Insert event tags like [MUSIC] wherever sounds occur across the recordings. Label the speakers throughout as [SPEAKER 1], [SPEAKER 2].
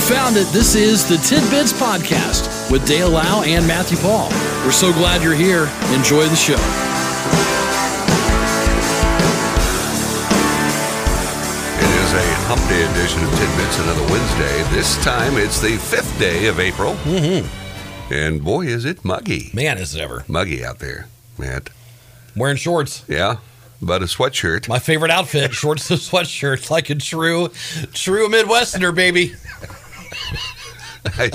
[SPEAKER 1] found it. This is the Tidbits Podcast with Dale Lau and Matthew Paul. We're so glad you're here. Enjoy the show.
[SPEAKER 2] It is a hump day edition of Tidbits, another Wednesday. This time it's the fifth day of April. Mm-hmm. And boy, is it muggy.
[SPEAKER 3] Man, is it ever.
[SPEAKER 2] Muggy out there, Matt.
[SPEAKER 3] Wearing shorts.
[SPEAKER 2] Yeah, but a sweatshirt.
[SPEAKER 3] My
[SPEAKER 1] [LAUGHS]
[SPEAKER 3] favorite outfit, shorts and sweatshirts, like a true, true Midwesterner, baby.
[SPEAKER 2] I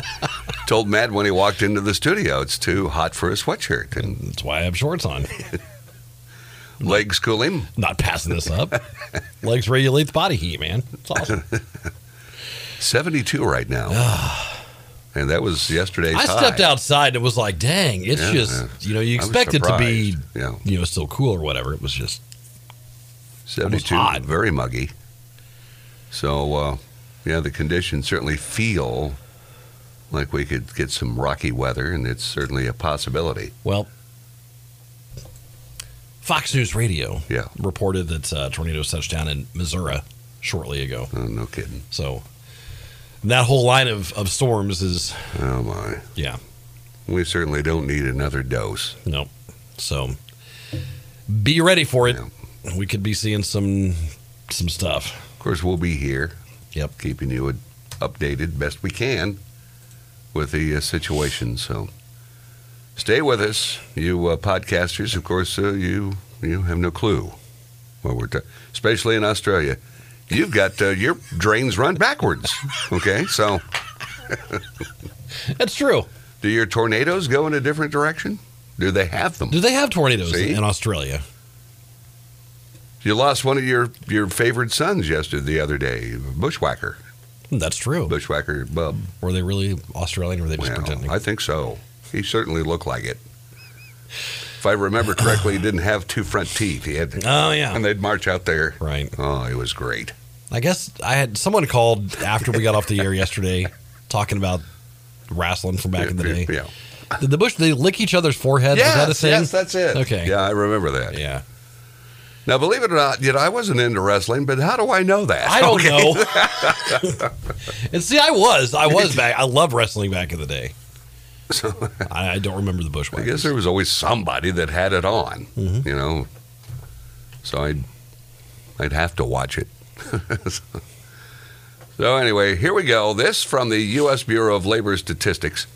[SPEAKER 2] told Matt when he walked into the studio, it's too hot for a sweatshirt. And
[SPEAKER 3] That's why I have shorts on.
[SPEAKER 2] legs cool him.
[SPEAKER 3] Not passing this up. Legs regulate the body heat, man. It's
[SPEAKER 1] [LAUGHS]
[SPEAKER 3] awesome.
[SPEAKER 2] 72 right now.
[SPEAKER 3] [SIGHS]
[SPEAKER 2] and that was yesterday's
[SPEAKER 3] I stepped
[SPEAKER 2] high.
[SPEAKER 3] outside and was like, dang, it's
[SPEAKER 2] Yeah,
[SPEAKER 3] just,
[SPEAKER 2] yeah.
[SPEAKER 3] you know, you
[SPEAKER 2] I was
[SPEAKER 3] expect it to be,
[SPEAKER 2] surprised. Yeah.
[SPEAKER 3] you know, still cool or whatever. It was just,
[SPEAKER 2] 72,
[SPEAKER 3] hot.
[SPEAKER 2] very muggy. So, uh, yeah, the conditions certainly feel like we could get some rocky weather, and it's certainly a possibility.
[SPEAKER 3] well, Fox News Radio
[SPEAKER 2] Yeah.
[SPEAKER 3] reported that uh, tornadoes touched down in Missouri shortly ago.
[SPEAKER 2] Oh, no kidding.
[SPEAKER 3] So that whole line of, of storms is,
[SPEAKER 2] Oh, my.
[SPEAKER 3] yeah.
[SPEAKER 2] We certainly don't need another dose.
[SPEAKER 3] No. So be ready for it.
[SPEAKER 2] Yeah.
[SPEAKER 3] We could be seeing some some stuff.
[SPEAKER 2] Of course, we'll be here
[SPEAKER 3] Yep.
[SPEAKER 2] keeping you updated best we can with the uh, situation. So stay with us, you uh, podcasters. Of course, uh, you you have no clue what we're ta- especially in Australia. You've got uh, your drains run backwards. Okay, so
[SPEAKER 3] That's true.
[SPEAKER 2] do your tornadoes go in a different direction? Do they have them?
[SPEAKER 3] Do they have tornadoes
[SPEAKER 2] See?
[SPEAKER 3] in Australia?
[SPEAKER 2] You lost one of your your favorite sons yesterday, the other day, bushwhacker,
[SPEAKER 3] Hmm, That's true.
[SPEAKER 2] bushwhacker uh, bub.
[SPEAKER 3] were they really Australian or were they just
[SPEAKER 2] Well,
[SPEAKER 3] pretending?
[SPEAKER 2] I think so. He certainly looked like it. If I remember correctly, he didn't have two front teeth. He had,
[SPEAKER 3] oh yeah.
[SPEAKER 2] and they'd march out there.
[SPEAKER 3] right.
[SPEAKER 2] Oh, it was great.
[SPEAKER 3] I guess I had someone called after we got off the air yesterday talking about wrestling from back in the day.
[SPEAKER 2] Yeah,
[SPEAKER 3] Did the bush they lick each other's foreheads? Was that a
[SPEAKER 2] yes,
[SPEAKER 3] thing?
[SPEAKER 2] yes, that's it.
[SPEAKER 3] Okay.
[SPEAKER 2] Yeah, I remember that.
[SPEAKER 3] Yeah.
[SPEAKER 2] Now, believe it or not, you know, I wasn't into wrestling, but how do I know that?
[SPEAKER 3] I don't
[SPEAKER 2] Okay.
[SPEAKER 3] know. [LAUGHS] and see, I was, I
[SPEAKER 2] [LAUGHS]
[SPEAKER 3] was back. I loved wrestling back in the day.
[SPEAKER 2] So,
[SPEAKER 3] I, I don't remember the
[SPEAKER 2] I
[SPEAKER 3] bushwhackers.
[SPEAKER 2] guess there was always somebody that had it on,
[SPEAKER 3] Mm-hmm.
[SPEAKER 2] you know. So I'd I'd have to watch it. [LAUGHS] so anyway, here we go. This from the U.S. Bureau of Labor Statistics.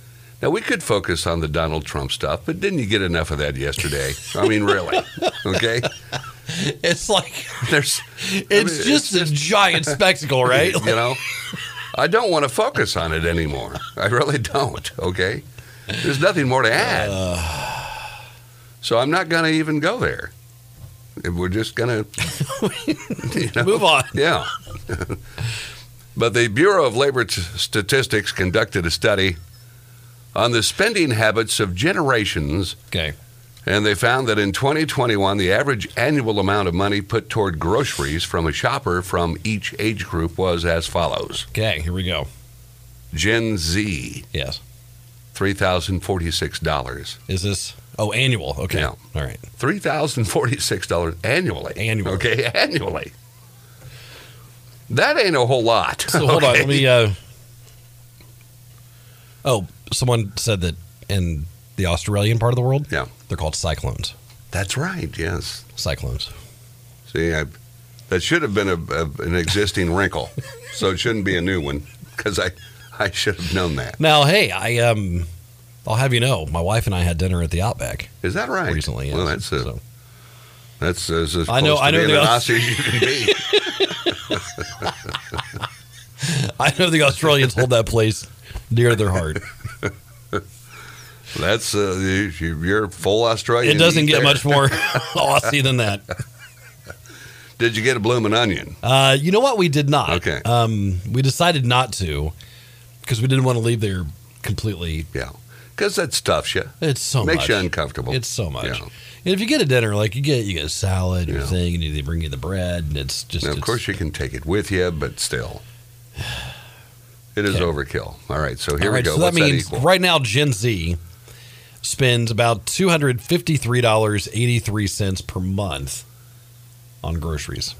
[SPEAKER 2] Now we could focus on the Donald Trump stuff, but didn't you get enough of that yesterday? I mean,
[SPEAKER 3] [LAUGHS]
[SPEAKER 2] really? Okay.
[SPEAKER 3] It's like
[SPEAKER 2] There's. I
[SPEAKER 3] it's
[SPEAKER 2] mean,
[SPEAKER 3] just a
[SPEAKER 2] [LAUGHS]
[SPEAKER 3] giant spectacle, right?
[SPEAKER 2] you know, [LAUGHS] I don't want to focus on it anymore. I really don't. Okay, there's nothing more to [SIGHS] add. so I'm not going to even go there. We're just going to, you know,
[SPEAKER 3] [LAUGHS] Move on.
[SPEAKER 2] yeah. [LAUGHS] but the Bureau of Labor T- Statistics conducted a study on the spending habits of generations
[SPEAKER 3] Okay.
[SPEAKER 2] and they found that in 2021, the average annual amount of money put toward groceries from a shopper from each age group was as follows
[SPEAKER 3] Okay. Here we go.
[SPEAKER 2] Gen Z,
[SPEAKER 3] Yes.
[SPEAKER 2] $3,046.
[SPEAKER 3] Is this? Oh, annual. Okay.
[SPEAKER 2] Yeah.
[SPEAKER 3] All right.
[SPEAKER 2] $3,046 annually.
[SPEAKER 3] Annually.
[SPEAKER 2] Okay, [LAUGHS] annually. That ain't a whole lot.
[SPEAKER 3] So hold on.
[SPEAKER 2] Okay.
[SPEAKER 3] Let me. Uh... Oh, someone said that in the Australian part of the world,
[SPEAKER 2] Yeah,
[SPEAKER 3] they're called cyclones.
[SPEAKER 2] that's right, yes.
[SPEAKER 3] Cyclones.
[SPEAKER 2] See, I, that should have been a, a, an existing wrinkle, so it shouldn't be a new one because I, I should have known that.
[SPEAKER 3] Now, hey, I um, I'll have you know, my wife and I had dinner at the Outback
[SPEAKER 2] Is that right?
[SPEAKER 3] recently.
[SPEAKER 2] Well,
[SPEAKER 3] yes.
[SPEAKER 2] that's a,
[SPEAKER 3] So-
[SPEAKER 2] That's as, as
[SPEAKER 3] I know-
[SPEAKER 2] close to
[SPEAKER 3] I know
[SPEAKER 2] being
[SPEAKER 3] the
[SPEAKER 2] an
[SPEAKER 3] Aus-
[SPEAKER 2] Aussie as you can
[SPEAKER 3] [LAUGHS]
[SPEAKER 2] be.
[SPEAKER 3] I know the Australians hold that place dear to their
[SPEAKER 2] [LAUGHS]
[SPEAKER 3] heart.
[SPEAKER 2] That's uh, you- you're full Australian.
[SPEAKER 3] It doesn't
[SPEAKER 2] Eat
[SPEAKER 3] get
[SPEAKER 2] there.
[SPEAKER 3] much
[SPEAKER 2] [LAUGHS]
[SPEAKER 3] more Aussie than that.
[SPEAKER 2] Did you get a blooming onion?
[SPEAKER 3] Uh, you know what? We did not.
[SPEAKER 2] Okay.
[SPEAKER 3] Um, we decided not to because we didn't want to leave there completely.
[SPEAKER 2] Yeah, because that stuffs you,
[SPEAKER 3] It's so
[SPEAKER 2] makes
[SPEAKER 3] much.
[SPEAKER 2] you uncomfortable.
[SPEAKER 3] It's so much.
[SPEAKER 2] Yeah.
[SPEAKER 3] And if you get a dinner, like you get you get a salad, your
[SPEAKER 2] Yeah.
[SPEAKER 3] thing, and they bring you the bread, and it's just.
[SPEAKER 2] Now, of
[SPEAKER 3] it's-
[SPEAKER 2] course, you can take it with you, but still, it is
[SPEAKER 3] Okay.
[SPEAKER 2] overkill. All right, so here
[SPEAKER 3] All right,
[SPEAKER 2] we go.
[SPEAKER 3] So that
[SPEAKER 2] What's
[SPEAKER 3] means
[SPEAKER 2] equal?
[SPEAKER 3] right now, Gen Z spends about two hundred fifty three dollars eighty three cents per month on groceries.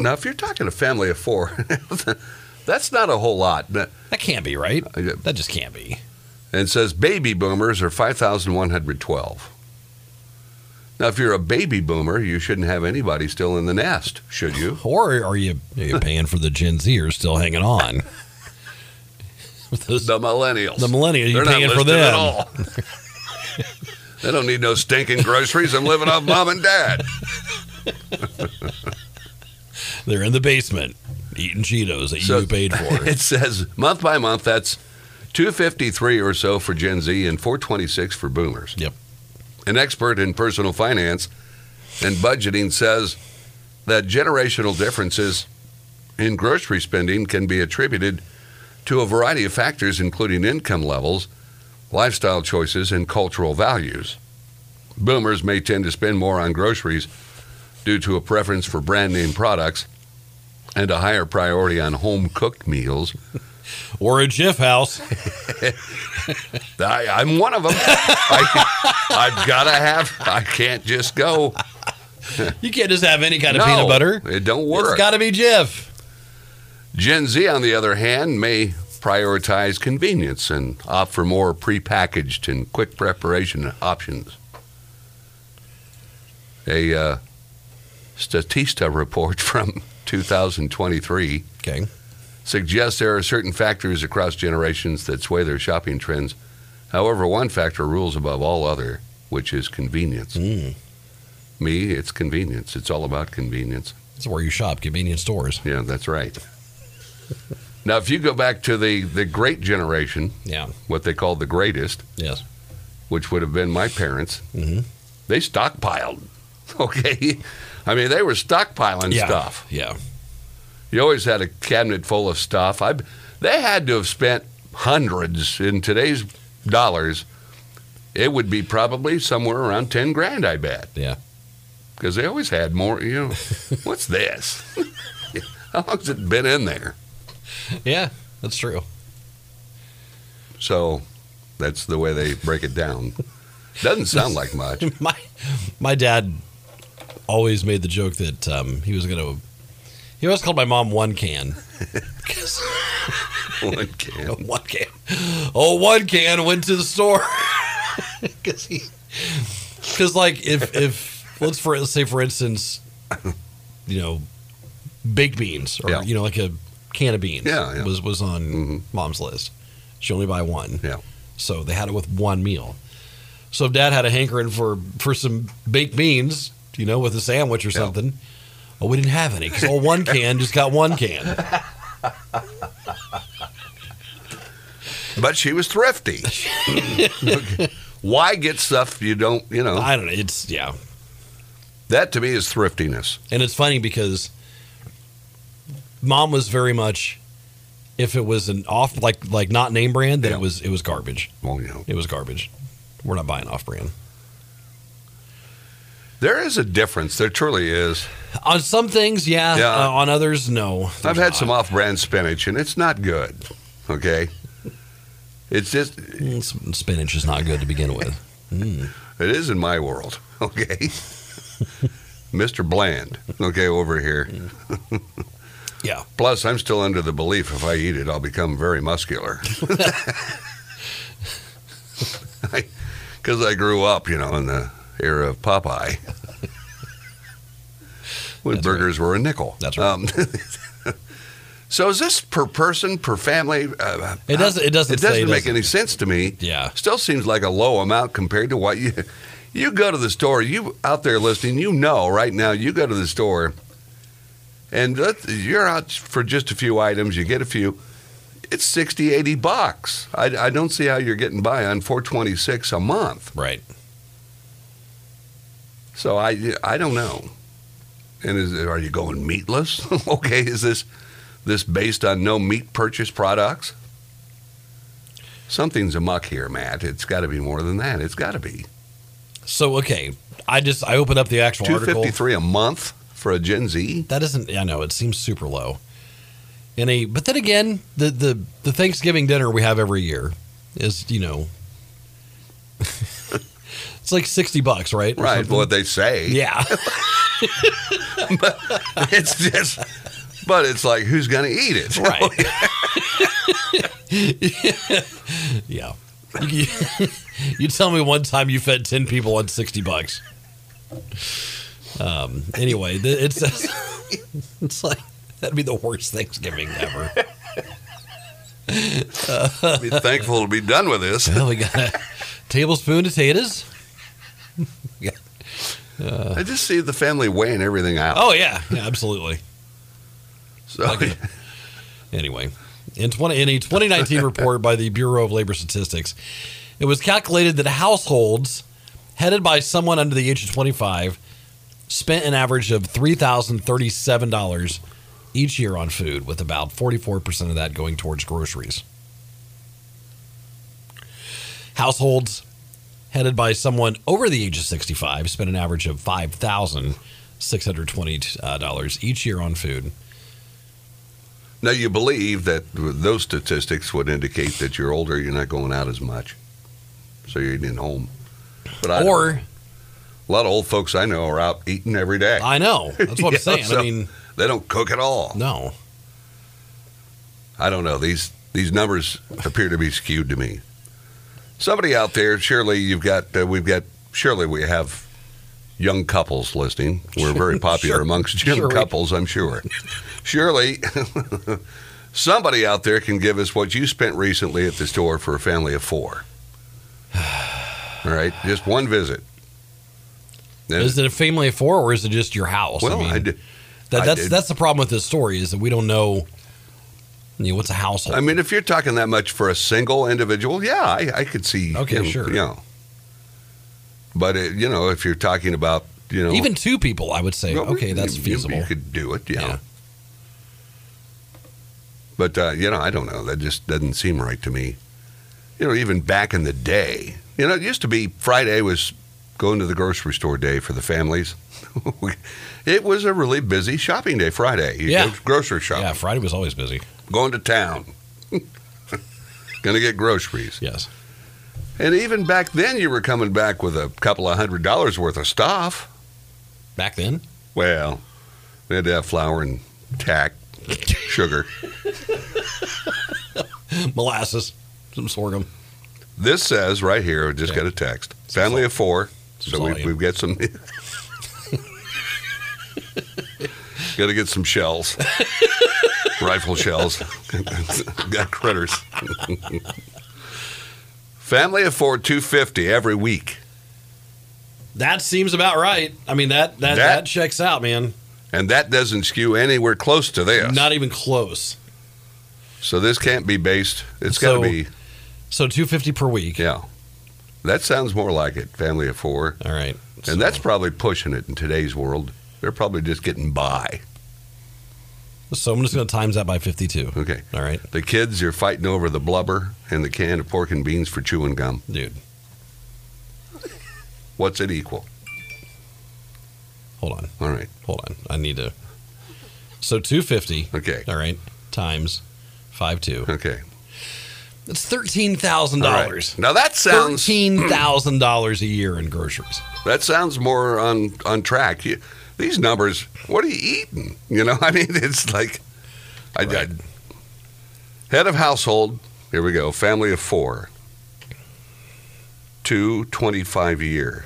[SPEAKER 2] Now, if you're talking a family of four, [LAUGHS] That's not a whole lot. But-
[SPEAKER 3] That can't be right.
[SPEAKER 2] I-
[SPEAKER 3] That just can't be.
[SPEAKER 2] And it says baby boomers are 5,112. Now, if you're a baby boomer, you shouldn't have anybody still in the nest,
[SPEAKER 3] [LAUGHS]
[SPEAKER 2] should you?
[SPEAKER 3] Or are you, are you paying for the Gen Zers still hanging on? [LAUGHS] With those-
[SPEAKER 2] The millennials.
[SPEAKER 3] The millennials, you're
[SPEAKER 2] They're not
[SPEAKER 3] paying for
[SPEAKER 2] listening
[SPEAKER 3] them.
[SPEAKER 2] At
[SPEAKER 3] [LAUGHS]
[SPEAKER 2] all. they don't need no stinking groceries. I'm living off mom and dad.
[SPEAKER 3] They're in the basement eating Cheetos that
[SPEAKER 2] So-
[SPEAKER 3] you paid
[SPEAKER 2] [LAUGHS]
[SPEAKER 3] for.
[SPEAKER 2] It says month by month, that's 253 or so for Gen Z and 426 for boomers.
[SPEAKER 3] Yep.
[SPEAKER 2] An expert in personal finance and budgeting says that generational differences in grocery spending can be attributed to a variety of factors, including income levels, lifestyle choices, and cultural values. Boomers may tend to spend more on groceries due to a preference for brand name products and a higher priority on home cooked meals.
[SPEAKER 3] or a GIF house.
[SPEAKER 2] I, I'm one of them. I, I've got to have. I can't just go.
[SPEAKER 3] You can't just have any kind of
[SPEAKER 2] No,
[SPEAKER 3] peanut butter.
[SPEAKER 2] It don't work.
[SPEAKER 3] It's got to be GIF.
[SPEAKER 2] Gen Z, on the other hand, may prioritize convenience and opt for more prepackaged and quick preparation options. A uh, Statista report [LAUGHS] from 2023
[SPEAKER 3] Okay.
[SPEAKER 2] suggests there are certain factors across generations that sway their shopping trends. However, one factor rules above all other, which is convenience.
[SPEAKER 3] Mm.
[SPEAKER 2] Me, it's convenience. It's all about convenience.
[SPEAKER 3] That's where you shop, convenience stores.
[SPEAKER 2] Yeah, that's right. now, if you go back to the, the great generation,
[SPEAKER 3] Yeah.
[SPEAKER 2] what they called the greatest,
[SPEAKER 3] Yes.
[SPEAKER 2] which would have been my parents,
[SPEAKER 3] Mm-hmm.
[SPEAKER 2] they stockpiled. [LAUGHS] Okay. I mean, they were stockpiling
[SPEAKER 3] Yeah.
[SPEAKER 2] stuff.
[SPEAKER 3] Yeah.
[SPEAKER 2] You always had a cabinet full of stuff. I, they had to have spent hundreds in today's dollars. It would be probably somewhere around 10 grand, I bet.
[SPEAKER 3] Yeah.
[SPEAKER 2] Because they always had more, you know, what's this? [LAUGHS] How long's it been in there?
[SPEAKER 3] Yeah. That's true.
[SPEAKER 2] So that's the way they break it down. Doesn't sound like much.
[SPEAKER 3] [LAUGHS]
[SPEAKER 2] [LAUGHS]
[SPEAKER 3] my my dad always made the joke that um, he was gonna. He always called my mom one
[SPEAKER 2] [LAUGHS]
[SPEAKER 3] can. 'Cause- [LAUGHS]
[SPEAKER 2] One can.
[SPEAKER 3] one can. Oh, one can went to the store [LAUGHS] because he because like if if let's for let's say for instance, you know, baked beans or
[SPEAKER 2] Yeah.
[SPEAKER 3] you know like a can of beans
[SPEAKER 2] Yeah, Mm-hmm. yeah.
[SPEAKER 3] was was on mom's list. She only buy one.
[SPEAKER 2] Yeah.
[SPEAKER 3] So they had it with one meal. So if dad had a hankering for for some baked beans, you know, with a sandwich or
[SPEAKER 2] Yeah.
[SPEAKER 3] something. Oh, we didn't have any because all one can just got one can.
[SPEAKER 2] But she was thrifty. [LAUGHS] Okay. Why get stuff you don't, you know?
[SPEAKER 3] I don't know. It's yeah.
[SPEAKER 2] That to me is thriftiness.
[SPEAKER 3] And it's funny because mom was very much if it was an off like like not name brand, then
[SPEAKER 2] Yeah.
[SPEAKER 3] it was it was garbage.
[SPEAKER 2] Well, you know.
[SPEAKER 3] It was garbage. We're not buying off brand.
[SPEAKER 2] There is a difference. There truly is.
[SPEAKER 3] On some things, yeah.
[SPEAKER 2] Yeah.
[SPEAKER 3] Uh, on others, no.
[SPEAKER 2] I've
[SPEAKER 3] There's
[SPEAKER 2] had
[SPEAKER 3] not.
[SPEAKER 2] some off brand spinach and it's not good. Okay? It's just,
[SPEAKER 3] Mm, s- Spinach is not good to begin
[SPEAKER 2] [LAUGHS]
[SPEAKER 3] with. Mm.
[SPEAKER 2] It is in my world, [LAUGHS] okay? Mr. Bland, okay, over here.
[SPEAKER 3] Yeah.
[SPEAKER 2] Plus, I'm still under the belief if I eat it, I'll become very muscular. [LAUGHS] Because I grew up, you know, in the era of Popeye.
[SPEAKER 3] That's
[SPEAKER 2] when
[SPEAKER 3] right.
[SPEAKER 2] burgers were a nickel.
[SPEAKER 3] That's right.
[SPEAKER 2] Um, [LAUGHS] so is this per person, per family? Uh,
[SPEAKER 3] It doesn't. It doesn't.
[SPEAKER 2] it doesn't
[SPEAKER 3] say,
[SPEAKER 2] make any sense to me.
[SPEAKER 3] Yeah.
[SPEAKER 2] Still seems like a low amount compared to what you you go to the store, you out there listening, you know right now you go to the store and let- you're out for just a few items, you get a few it's 60 80 bucks. I, I don't see how you're getting by on 426 a month.
[SPEAKER 3] Right.
[SPEAKER 2] So I I don't know. And is are you going meatless? [LAUGHS] okay, is this this based on no meat purchase products? Something's amuck here, Matt. It's got to be more than that. It's got to be
[SPEAKER 3] So okay, I just I opened up the actual
[SPEAKER 2] two
[SPEAKER 3] article.
[SPEAKER 2] fifty three a month for a Gen Z.
[SPEAKER 3] That isn't. I know it seems super low. And a but then again, the the the Thanksgiving dinner we have every year is you know, [LAUGHS] it's like sixty bucks, right? Or [LAUGHS]
[SPEAKER 2] Right, [LAUGHS]
[SPEAKER 3] something.
[SPEAKER 2] what they say.
[SPEAKER 3] Yeah.
[SPEAKER 2] It's just But it's like, who's going to eat it?
[SPEAKER 3] Right. [LAUGHS] yeah. [LAUGHS] You, you tell me one time you fed 10 people on 60 bucks. Um, anyway, th- it's, [LAUGHS] it's like, that'd be the worst Thanksgiving [LAUGHS] ever.
[SPEAKER 2] Be thankful to be done with this.
[SPEAKER 3] Well, we got a tablespoon of potatoes.
[SPEAKER 2] I just see the family weighing everything out.
[SPEAKER 3] Oh, yeah. Yeah, absolutely.
[SPEAKER 2] so,
[SPEAKER 3] Anyway, in, 20, in a 2019 report by the Bureau of Labor Statistics, it was calculated that households headed by someone under the age of 25 spent an average of $3,037 each year on food, with about 44% of that going towards groceries. Households headed by someone over the age of 65 spent an average of $5,620 uh, each year on food.
[SPEAKER 2] [LAUGHS] now you believe that those statistics would indicate that you're older, you're not going out as much. So you're eating at home. But I
[SPEAKER 3] or.
[SPEAKER 2] don't- a lot of old folks I know are out eating every day.
[SPEAKER 3] I
[SPEAKER 2] [LAUGHS]
[SPEAKER 3] know. That's what
[SPEAKER 2] Yeah,
[SPEAKER 3] I'm saying.
[SPEAKER 2] so-
[SPEAKER 3] I mean,
[SPEAKER 2] they don't cook at all.
[SPEAKER 3] no.
[SPEAKER 2] I don't know. These these numbers appear to be skewed to me. Somebody out there, surely you've got uh, we've got surely we have young couples listening.
[SPEAKER 3] [LAUGHS]
[SPEAKER 2] We're very popular
[SPEAKER 3] Sure.
[SPEAKER 2] amongst young
[SPEAKER 3] Sure we-
[SPEAKER 2] couples, I'm sure. surely [LAUGHS] somebody out there can give us what you spent recently at the store for a family of
[SPEAKER 3] [SIGHS]
[SPEAKER 2] four. All right, just one visit. And-
[SPEAKER 3] Is it a family of four or is it just your house?
[SPEAKER 2] well, I,
[SPEAKER 3] I mean,
[SPEAKER 2] did-
[SPEAKER 3] that,
[SPEAKER 2] I
[SPEAKER 3] that's
[SPEAKER 2] did-
[SPEAKER 3] that's the problem with this story is that we don't know, you know what's a household.
[SPEAKER 2] I mean, if you're talking that much for a single individual, yeah, I, I could see.
[SPEAKER 3] Okay,
[SPEAKER 2] you know,
[SPEAKER 3] sure.
[SPEAKER 2] You know. But it, you know, if you're talking about you know,
[SPEAKER 3] Even two people, I would say,
[SPEAKER 2] Well,
[SPEAKER 3] okay, that's
[SPEAKER 2] you- you-
[SPEAKER 3] feasible.
[SPEAKER 2] You, could do it, yeah.
[SPEAKER 3] Yeah.
[SPEAKER 2] But uh, you know, I don't know. That just doesn't seem right to me. You know, even back in the day, you know, it used to be Friday was going to the grocery store day for the families. [LAUGHS] it was a really busy shopping day Friday. You
[SPEAKER 3] Yeah.
[SPEAKER 2] go grocery shopping,
[SPEAKER 3] yeah, Friday was always busy.
[SPEAKER 2] going to town, [LAUGHS] going to get groceries.
[SPEAKER 3] Yes.
[SPEAKER 2] And even back then, you were coming back with a couple of hundred dollars worth of stuff.
[SPEAKER 3] Back then, [LAUGHS]
[SPEAKER 2] Well, we had to have flour and tack, [LAUGHS] sugar.
[SPEAKER 3] molasses, some sorghum.
[SPEAKER 2] This says right here, I just
[SPEAKER 3] Yeah.
[SPEAKER 2] got a text. Family of four. So we,
[SPEAKER 3] volume.
[SPEAKER 2] we've got some. got to get some shells, [LAUGHS] rifle shells. [LAUGHS] got critters. [LAUGHS] Family of four, 250 every week.
[SPEAKER 3] That seems about right. I mean that that, that,
[SPEAKER 2] That-
[SPEAKER 3] checks out, man.
[SPEAKER 2] And that doesn't skew anywhere close to this.
[SPEAKER 3] Not even close.
[SPEAKER 2] so this can't be based. It's got
[SPEAKER 3] So-
[SPEAKER 2] to be,
[SPEAKER 3] So two fifty per week.
[SPEAKER 2] yeah. That sounds more like it, family of four.
[SPEAKER 3] All right. So-
[SPEAKER 2] And that's probably pushing it in today's world. They're probably just getting by.
[SPEAKER 3] so I'm just going to times that by fifty two.
[SPEAKER 2] Okay.
[SPEAKER 3] All right,
[SPEAKER 2] The kids are fighting over the blubber and the can of pork and beans for chewing gum.
[SPEAKER 3] dude.
[SPEAKER 2] What's it equal?
[SPEAKER 3] Hold on.
[SPEAKER 2] All right.
[SPEAKER 3] hold on i need to so 250
[SPEAKER 2] Okay.
[SPEAKER 3] all right times 52
[SPEAKER 2] Okay.
[SPEAKER 3] that's $13000
[SPEAKER 2] All right. Now that sounds
[SPEAKER 3] $13000 a year in groceries
[SPEAKER 2] that sounds more on on track. You, these numbers. What are you eating? You know. [LAUGHS] I mean, it's like I,
[SPEAKER 3] Right.
[SPEAKER 2] I head of household. Here we go. Family of four. Two twenty-five a year.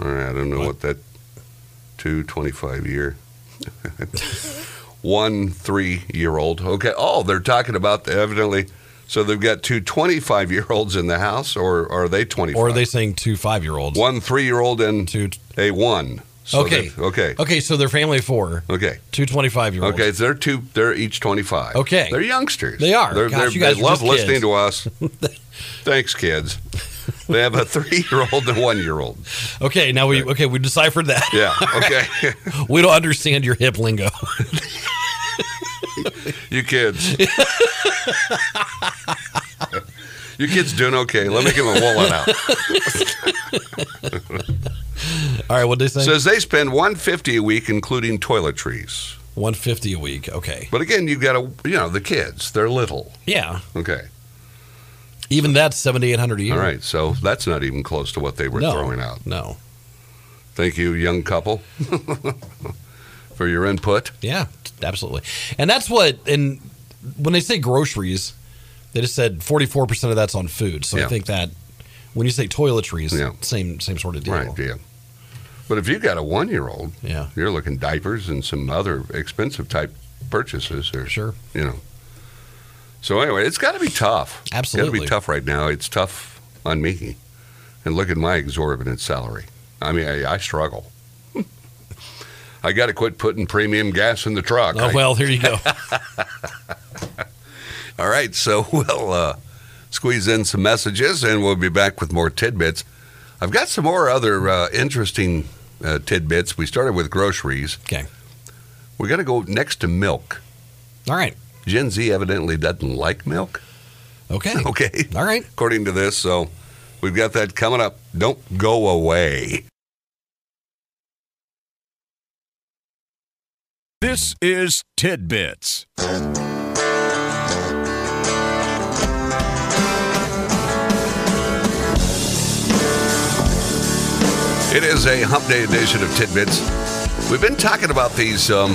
[SPEAKER 2] All right. I don't know what, that. Two twenty-five a year. [LAUGHS] One three-year-old. Okay. Oh, they're talking about the, evidently. So they've got two 25-year-olds in the house, or are they 25?
[SPEAKER 3] or are they saying two five year olds
[SPEAKER 2] One three year old and
[SPEAKER 3] two
[SPEAKER 2] a one. So
[SPEAKER 3] Okay.
[SPEAKER 2] they- Okay.
[SPEAKER 3] okay so their family of four
[SPEAKER 2] Okay.
[SPEAKER 3] two 25 year olds
[SPEAKER 2] Okay. So they're two. They're each twenty five.
[SPEAKER 3] Okay.
[SPEAKER 2] They're youngsters.
[SPEAKER 3] They are.
[SPEAKER 2] They're,
[SPEAKER 3] Gosh,
[SPEAKER 2] they're-
[SPEAKER 3] you guys
[SPEAKER 2] they
[SPEAKER 3] are
[SPEAKER 2] love
[SPEAKER 3] just
[SPEAKER 2] listening
[SPEAKER 3] kids. [LAUGHS]
[SPEAKER 2] to us. Thanks, kids. They have a three year old and one year old.
[SPEAKER 3] okay now we okay we deciphered that
[SPEAKER 2] Yeah. Okay.
[SPEAKER 3] [LAUGHS]
[SPEAKER 2] [LAUGHS]
[SPEAKER 3] we don't understand your hip lingo [LAUGHS]
[SPEAKER 2] you kids. you kids doing okay? Let me give them a wallet
[SPEAKER 3] [LAUGHS]
[SPEAKER 2] out.
[SPEAKER 3] all right what they say
[SPEAKER 2] Says they spend one fifty a week, including toiletries.
[SPEAKER 3] 150 a week okay
[SPEAKER 2] But again, you've got to, you know, the kids. They're little.
[SPEAKER 3] yeah
[SPEAKER 2] Okay.
[SPEAKER 3] even that's 7800 a year
[SPEAKER 2] All right, so that's not even close to what they were
[SPEAKER 3] no
[SPEAKER 2] throwing out.
[SPEAKER 3] no
[SPEAKER 2] Thank you, young couple. [LAUGHS] for your input.
[SPEAKER 3] Yeah, absolutely. And that's what, and when they say groceries, they just said 44% of that's on food. So I
[SPEAKER 2] Yeah.
[SPEAKER 3] think that when you say toiletries,
[SPEAKER 2] Yeah.
[SPEAKER 3] same same sort of deal.
[SPEAKER 2] Right, yeah. But if you got a one year old,
[SPEAKER 3] Yeah,
[SPEAKER 2] you're looking diapers and some other expensive type purchases or
[SPEAKER 3] sure.
[SPEAKER 2] you know. So anyway, it's got to be tough. Got to
[SPEAKER 3] Absolutely.
[SPEAKER 2] be tough right now. It's tough on me. And look at my exorbitant salary. I mean, I, I struggle. [LAUGHS] I got to quit putting premium gas in the truck.
[SPEAKER 3] Oh, well, here you
[SPEAKER 2] [LAUGHS]
[SPEAKER 3] go.
[SPEAKER 2] I- all right, so [LAUGHS] we'll uh, squeeze in some messages, and we'll be back with more tidbits. I've got some more other uh, interesting uh, tidbits. We started with groceries.
[SPEAKER 3] Okay.
[SPEAKER 2] We're going to go next to milk.
[SPEAKER 3] All right.
[SPEAKER 2] Gen Z evidently doesn't like milk. [LAUGHS]
[SPEAKER 3] Okay.
[SPEAKER 2] Okay.
[SPEAKER 3] All right.
[SPEAKER 2] according to this. So we've got that coming up. Don't go away.
[SPEAKER 4] This is Tidbits.
[SPEAKER 2] It is a hump day edition of Tidbits. We've been talking about these um,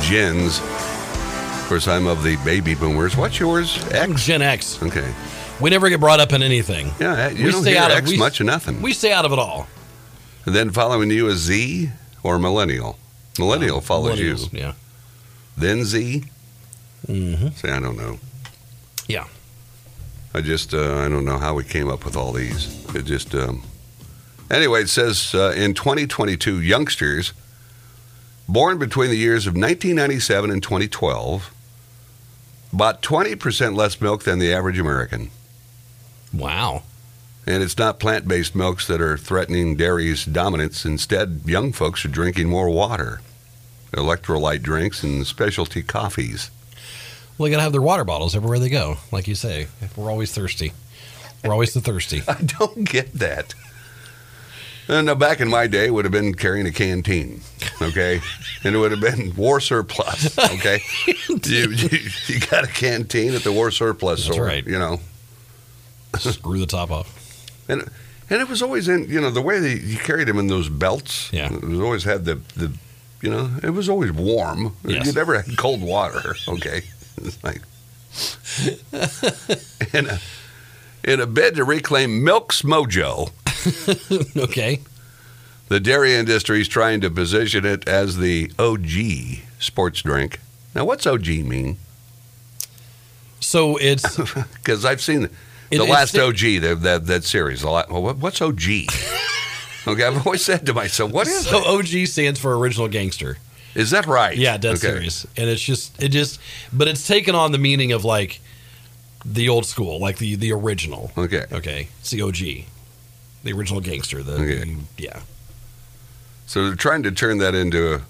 [SPEAKER 2] gens. Of course, I'm of the baby boomers. What's yours?
[SPEAKER 3] I'm
[SPEAKER 2] X.
[SPEAKER 3] Gen X.
[SPEAKER 2] Okay.
[SPEAKER 3] We never get brought up in anything.
[SPEAKER 2] Yeah, you
[SPEAKER 3] We
[SPEAKER 2] don't
[SPEAKER 3] stay
[SPEAKER 2] hear
[SPEAKER 3] out of-
[SPEAKER 2] X
[SPEAKER 3] we-
[SPEAKER 2] much of nothing.
[SPEAKER 3] We stay out of it all.
[SPEAKER 2] and then following you is Z or millennial. Millennial follows you.
[SPEAKER 3] Uh, Millennials, Yeah.
[SPEAKER 2] Then Z.
[SPEAKER 3] Mm-hmm.
[SPEAKER 2] See, I don't know.
[SPEAKER 3] Yeah.
[SPEAKER 2] I just uh, I don't know how we came up with all these. It just um, anyway. It says uh, in 2022, youngsters born between the years of 1997 and 2012 bought 20% less milk than the average American.
[SPEAKER 3] Wow.
[SPEAKER 2] And it's not plant-based milks that are threatening dairy's dominance. Instead, young folks are drinking more water, electrolyte drinks, and specialty coffees.
[SPEAKER 3] Well, they gotta have their water bottles everywhere they go. Like you say, we're always thirsty. We're always the
[SPEAKER 2] [LAUGHS]
[SPEAKER 3] thirsty.
[SPEAKER 2] [LAUGHS] I don't get that. And Uh, now back in my day, it would have been carrying a canteen, okay, and it would have been war surplus, [LAUGHS] okay. you, you you got a canteen at the war surplus
[SPEAKER 3] That's
[SPEAKER 2] store,
[SPEAKER 3] right.
[SPEAKER 2] you know,
[SPEAKER 3] Screw the top off. [LAUGHS]
[SPEAKER 2] and and it was always in you know the way that you carried them in those belts.
[SPEAKER 3] Yeah.
[SPEAKER 2] it was always had the the you know it was always warm.
[SPEAKER 3] Yes.
[SPEAKER 2] You never had cold water, okay. It's like in a in a bid to reclaim milk's mojo.
[SPEAKER 3] okay.
[SPEAKER 2] The dairy industry is trying to position it as the OG sports drink. Now, what's OG mean?
[SPEAKER 3] So
[SPEAKER 2] [LAUGHS]
[SPEAKER 3] it's
[SPEAKER 2] Because I've seen the
[SPEAKER 3] It- it's
[SPEAKER 2] last
[SPEAKER 3] the-
[SPEAKER 2] OG, the, that that series. The la- well, what- what's OG? [LAUGHS] okay, I've always said to myself, "What is
[SPEAKER 3] so OG stands for original gangster.
[SPEAKER 2] that? Is that right?"
[SPEAKER 3] Yeah, dead
[SPEAKER 2] Okay.
[SPEAKER 3] serious. And it's just it just but it's taken on the meaning of like the old school, like the the original.
[SPEAKER 2] Okay.
[SPEAKER 3] Okay. It's the OG. The original gangster. The
[SPEAKER 2] Okay.
[SPEAKER 3] yeah.
[SPEAKER 2] So they're trying to turn that into a,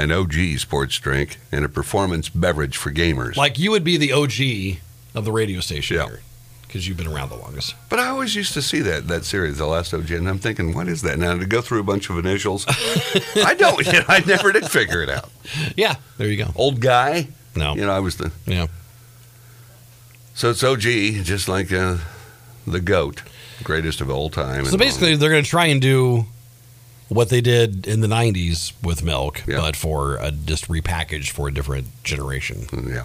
[SPEAKER 2] an OG sports drink and a performance beverage for gamers.
[SPEAKER 3] Like you would be the OG of the radio station
[SPEAKER 2] Yeah.
[SPEAKER 3] here. Because you've been around the longest.
[SPEAKER 2] But I always used to see that that series, The Last OG, and I'm thinking, what is that? Now to go through a bunch of
[SPEAKER 3] [LAUGHS]
[SPEAKER 2] initials, I don't. [LAUGHS] You know, I never did figure it out.
[SPEAKER 3] Yeah. There you go.
[SPEAKER 2] Old guy,
[SPEAKER 3] No.
[SPEAKER 2] you know, I was the
[SPEAKER 3] Yeah.
[SPEAKER 2] so it's OG, just like uh, the goat, greatest of all time.
[SPEAKER 3] So
[SPEAKER 2] and
[SPEAKER 3] basically, they're going to try and do what they did in the '90s with milk,
[SPEAKER 2] Yeah.
[SPEAKER 3] but for a, just repackaged for a different generation.
[SPEAKER 2] all- Mm, yeah,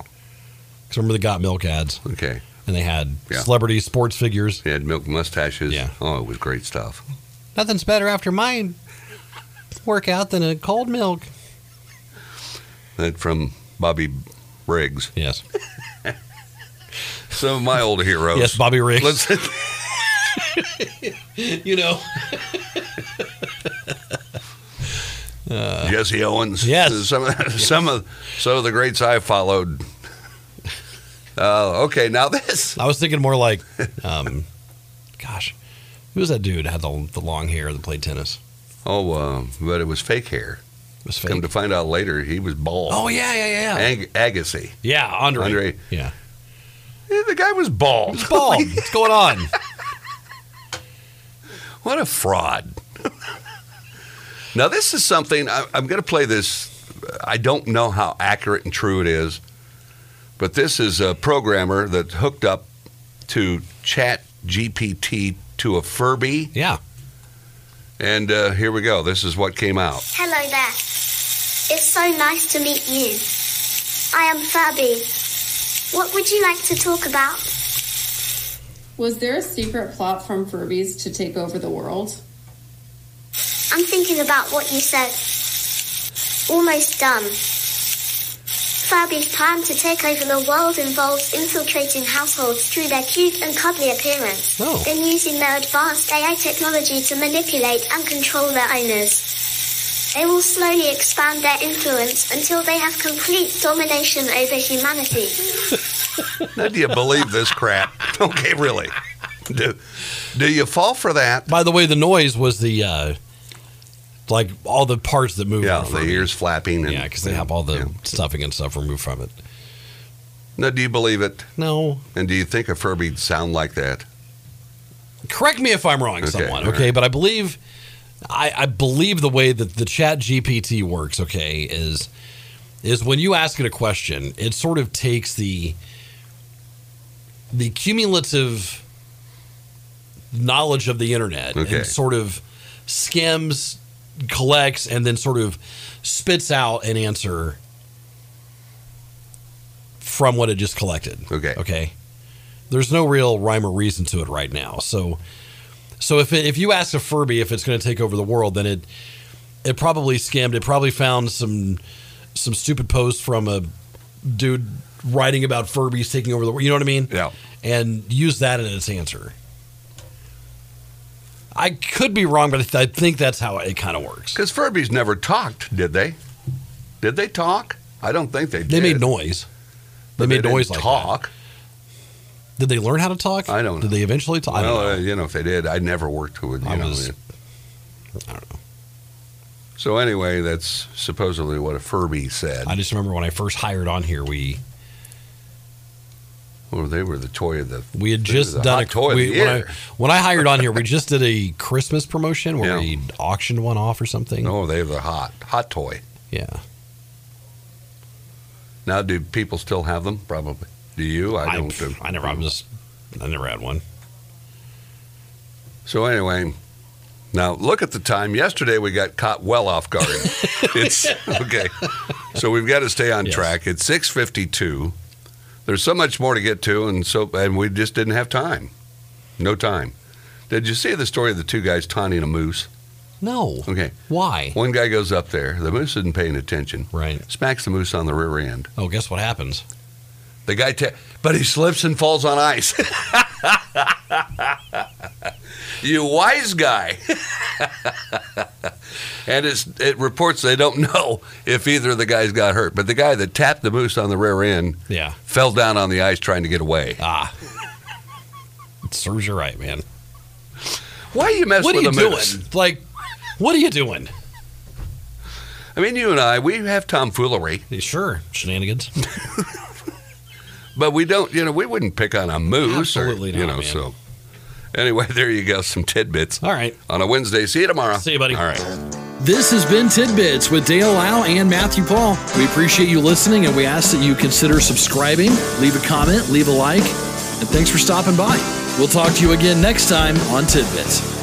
[SPEAKER 3] Because remember, they got milk ads,
[SPEAKER 2] okay.
[SPEAKER 3] and they had
[SPEAKER 2] Yeah.
[SPEAKER 3] celebrity sports figures.
[SPEAKER 2] He had milk mustaches.
[SPEAKER 3] Yeah.
[SPEAKER 2] Oh, it was great stuff.
[SPEAKER 3] Nothing's better after my workout than a cold milk.
[SPEAKER 2] That from Bobby Briggs.
[SPEAKER 3] Yes,
[SPEAKER 2] Some of my old heroes.
[SPEAKER 3] yes, Bobby Riggs.
[SPEAKER 2] Let's,
[SPEAKER 3] [LAUGHS] you know,
[SPEAKER 2] Jesse Owens.
[SPEAKER 3] Uh, Yes.
[SPEAKER 2] [LAUGHS] Some of some of some of the greats I followed. Uh, okay, now this.
[SPEAKER 3] I was thinking more like, um, gosh, who was that dude that had the, the long hair that played tennis?
[SPEAKER 2] Oh, uh, but it was fake hair.
[SPEAKER 3] It was
[SPEAKER 2] Come
[SPEAKER 3] fake.
[SPEAKER 2] to find out later, he was bald.
[SPEAKER 3] Oh yeah, yeah, yeah, yeah.
[SPEAKER 2] Ag- Agassi.
[SPEAKER 3] yeah, Andre.
[SPEAKER 2] Andre. [LAUGHS]
[SPEAKER 3] Yeah.
[SPEAKER 2] Yeah, the guy was bald.
[SPEAKER 3] It's bald. What's going on?
[SPEAKER 2] What a fraud. now, this is something I, I'm going to play this. I don't know how accurate and true it is, but this is a programmer that hooked up to Chat GPT to a Furby.
[SPEAKER 3] Yeah.
[SPEAKER 2] And uh, here we go. This is what came out.
[SPEAKER 5] Hello there. It's so nice to meet you. I am Fabi. What would you like to talk about?
[SPEAKER 6] Was there a secret plot from Furbies to take over the world?
[SPEAKER 5] I'm thinking about what you said. Almost done. Fabi's plan to take over the world involves infiltrating households through their cute and cuddly appearance,
[SPEAKER 3] Oh.
[SPEAKER 5] then using their advanced AI technology to manipulate and control their owners. They will slowly expand their influence until they have complete domination over humanity.
[SPEAKER 2] Now, do you believe this crap? [LAUGHS] Okay, really. Do, do you fall for that?
[SPEAKER 3] By the way, the noise was the uh like all the parts that move.
[SPEAKER 2] Yeah,
[SPEAKER 3] out
[SPEAKER 2] the
[SPEAKER 3] from it.
[SPEAKER 2] ears flapping. And,
[SPEAKER 3] Yeah, because they have all the
[SPEAKER 2] Yeah.
[SPEAKER 3] stuffing and stuff removed from it.
[SPEAKER 2] Now, do you believe it?
[SPEAKER 3] No,
[SPEAKER 2] And do you think a Furby'd sound like that?
[SPEAKER 3] correct me if I'm wrong,
[SPEAKER 2] Okay,
[SPEAKER 3] someone.
[SPEAKER 2] all
[SPEAKER 3] Okay,
[SPEAKER 2] right.
[SPEAKER 3] but I believe I, I believe the way that the Chat GPT works. Okay, is is when you ask it a question, it sort of takes the the cumulative knowledge of the internet
[SPEAKER 2] Okay.
[SPEAKER 3] and sort of skims, collects, and then sort of spits out an answer from what it just collected.
[SPEAKER 2] Okay.
[SPEAKER 3] Okay. There's no real rhyme or reason to it right now. So, so if it, if you ask a Furby if it's going to take over the world, then it it probably skimmed. It probably found some some stupid post from a dude writing about Furbies taking over the world. You know what I mean?
[SPEAKER 2] Yeah.
[SPEAKER 3] And use that in its answer. I could be wrong, but I, th- I think that's how it kind of works.
[SPEAKER 2] Because Furbies never talked, did they? Did they talk? I don't think they did.
[SPEAKER 3] They made noise. They
[SPEAKER 2] But
[SPEAKER 3] made
[SPEAKER 2] didn't
[SPEAKER 3] noise like
[SPEAKER 2] talk.
[SPEAKER 3] that. Did they learn how to talk?
[SPEAKER 2] I don't
[SPEAKER 3] Did
[SPEAKER 2] know.
[SPEAKER 3] they eventually talk? I don't
[SPEAKER 2] well,
[SPEAKER 3] know.
[SPEAKER 2] uh, you know, if they did, I never worked with. You
[SPEAKER 3] I
[SPEAKER 2] know,
[SPEAKER 3] was-
[SPEAKER 2] yeah.
[SPEAKER 3] I don't know.
[SPEAKER 2] So anyway, that's supposedly what a Furby said.
[SPEAKER 3] I just remember when I first hired on here, we
[SPEAKER 2] Well, they were the toy of the.
[SPEAKER 3] we had
[SPEAKER 2] This is
[SPEAKER 3] just
[SPEAKER 2] a
[SPEAKER 3] done
[SPEAKER 2] hot
[SPEAKER 3] a
[SPEAKER 2] toy of
[SPEAKER 3] we,
[SPEAKER 2] the
[SPEAKER 3] when, I,
[SPEAKER 2] year.
[SPEAKER 3] when I hired on here,
[SPEAKER 2] [LAUGHS]
[SPEAKER 3] we just did a Christmas promotion where
[SPEAKER 2] Yeah.
[SPEAKER 3] we auctioned one off or something.
[SPEAKER 2] No, Oh, they were the hot hot toy.
[SPEAKER 3] Yeah,
[SPEAKER 2] Now, do people still have them? Probably. Do you? I
[SPEAKER 3] I,
[SPEAKER 2] don't. do.
[SPEAKER 3] I never. I'm just. I never had one.
[SPEAKER 2] So anyway, now look at the time. Yesterday we got caught well off guard. it's okay. So we've got to stay on
[SPEAKER 3] Yes.
[SPEAKER 2] track. It's six fifty-two. There's so much more to get to, and so and we just didn't have time. No time. Did you see the story of the two guys taunting a moose?
[SPEAKER 3] No.
[SPEAKER 2] Okay.
[SPEAKER 3] Why?
[SPEAKER 2] One guy goes up there. The moose isn't paying attention.
[SPEAKER 3] Right.
[SPEAKER 2] Smacks the moose on the rear end.
[SPEAKER 3] Oh, guess what happens?
[SPEAKER 2] The guy, ta- but he slips and falls on ice. [LAUGHS] you wise guy. [LAUGHS] and it's, it reports they don't know if either of the guys got hurt. But the guy that tapped the moose on the rear end
[SPEAKER 3] Yeah.
[SPEAKER 2] fell down on the ice trying to get away.
[SPEAKER 3] Ah. it serves you right, man.
[SPEAKER 2] Why you mess
[SPEAKER 3] what are
[SPEAKER 2] with
[SPEAKER 3] you
[SPEAKER 2] a
[SPEAKER 3] doing?
[SPEAKER 2] moose?
[SPEAKER 3] Like, what are you doing?
[SPEAKER 2] I mean, you and I, we have tomfoolery,
[SPEAKER 3] Sure, shenanigans.
[SPEAKER 2] but we don't. You know, we wouldn't pick on a moose. or-
[SPEAKER 3] Absolutely
[SPEAKER 2] You
[SPEAKER 3] not,
[SPEAKER 2] know,
[SPEAKER 3] man.
[SPEAKER 2] so anyway, [LAUGHS] there you go. Some tidbits
[SPEAKER 3] All right.
[SPEAKER 2] on a Wednesday. See you tomorrow.
[SPEAKER 3] See you, buddy.
[SPEAKER 2] All right.
[SPEAKER 1] This has been Tidbits with Dale Lau and Matthew Paul. We appreciate you listening and we ask that you consider subscribing, leave a comment, leave a like, and thanks for stopping by. We'll talk to you again next time on Tidbits.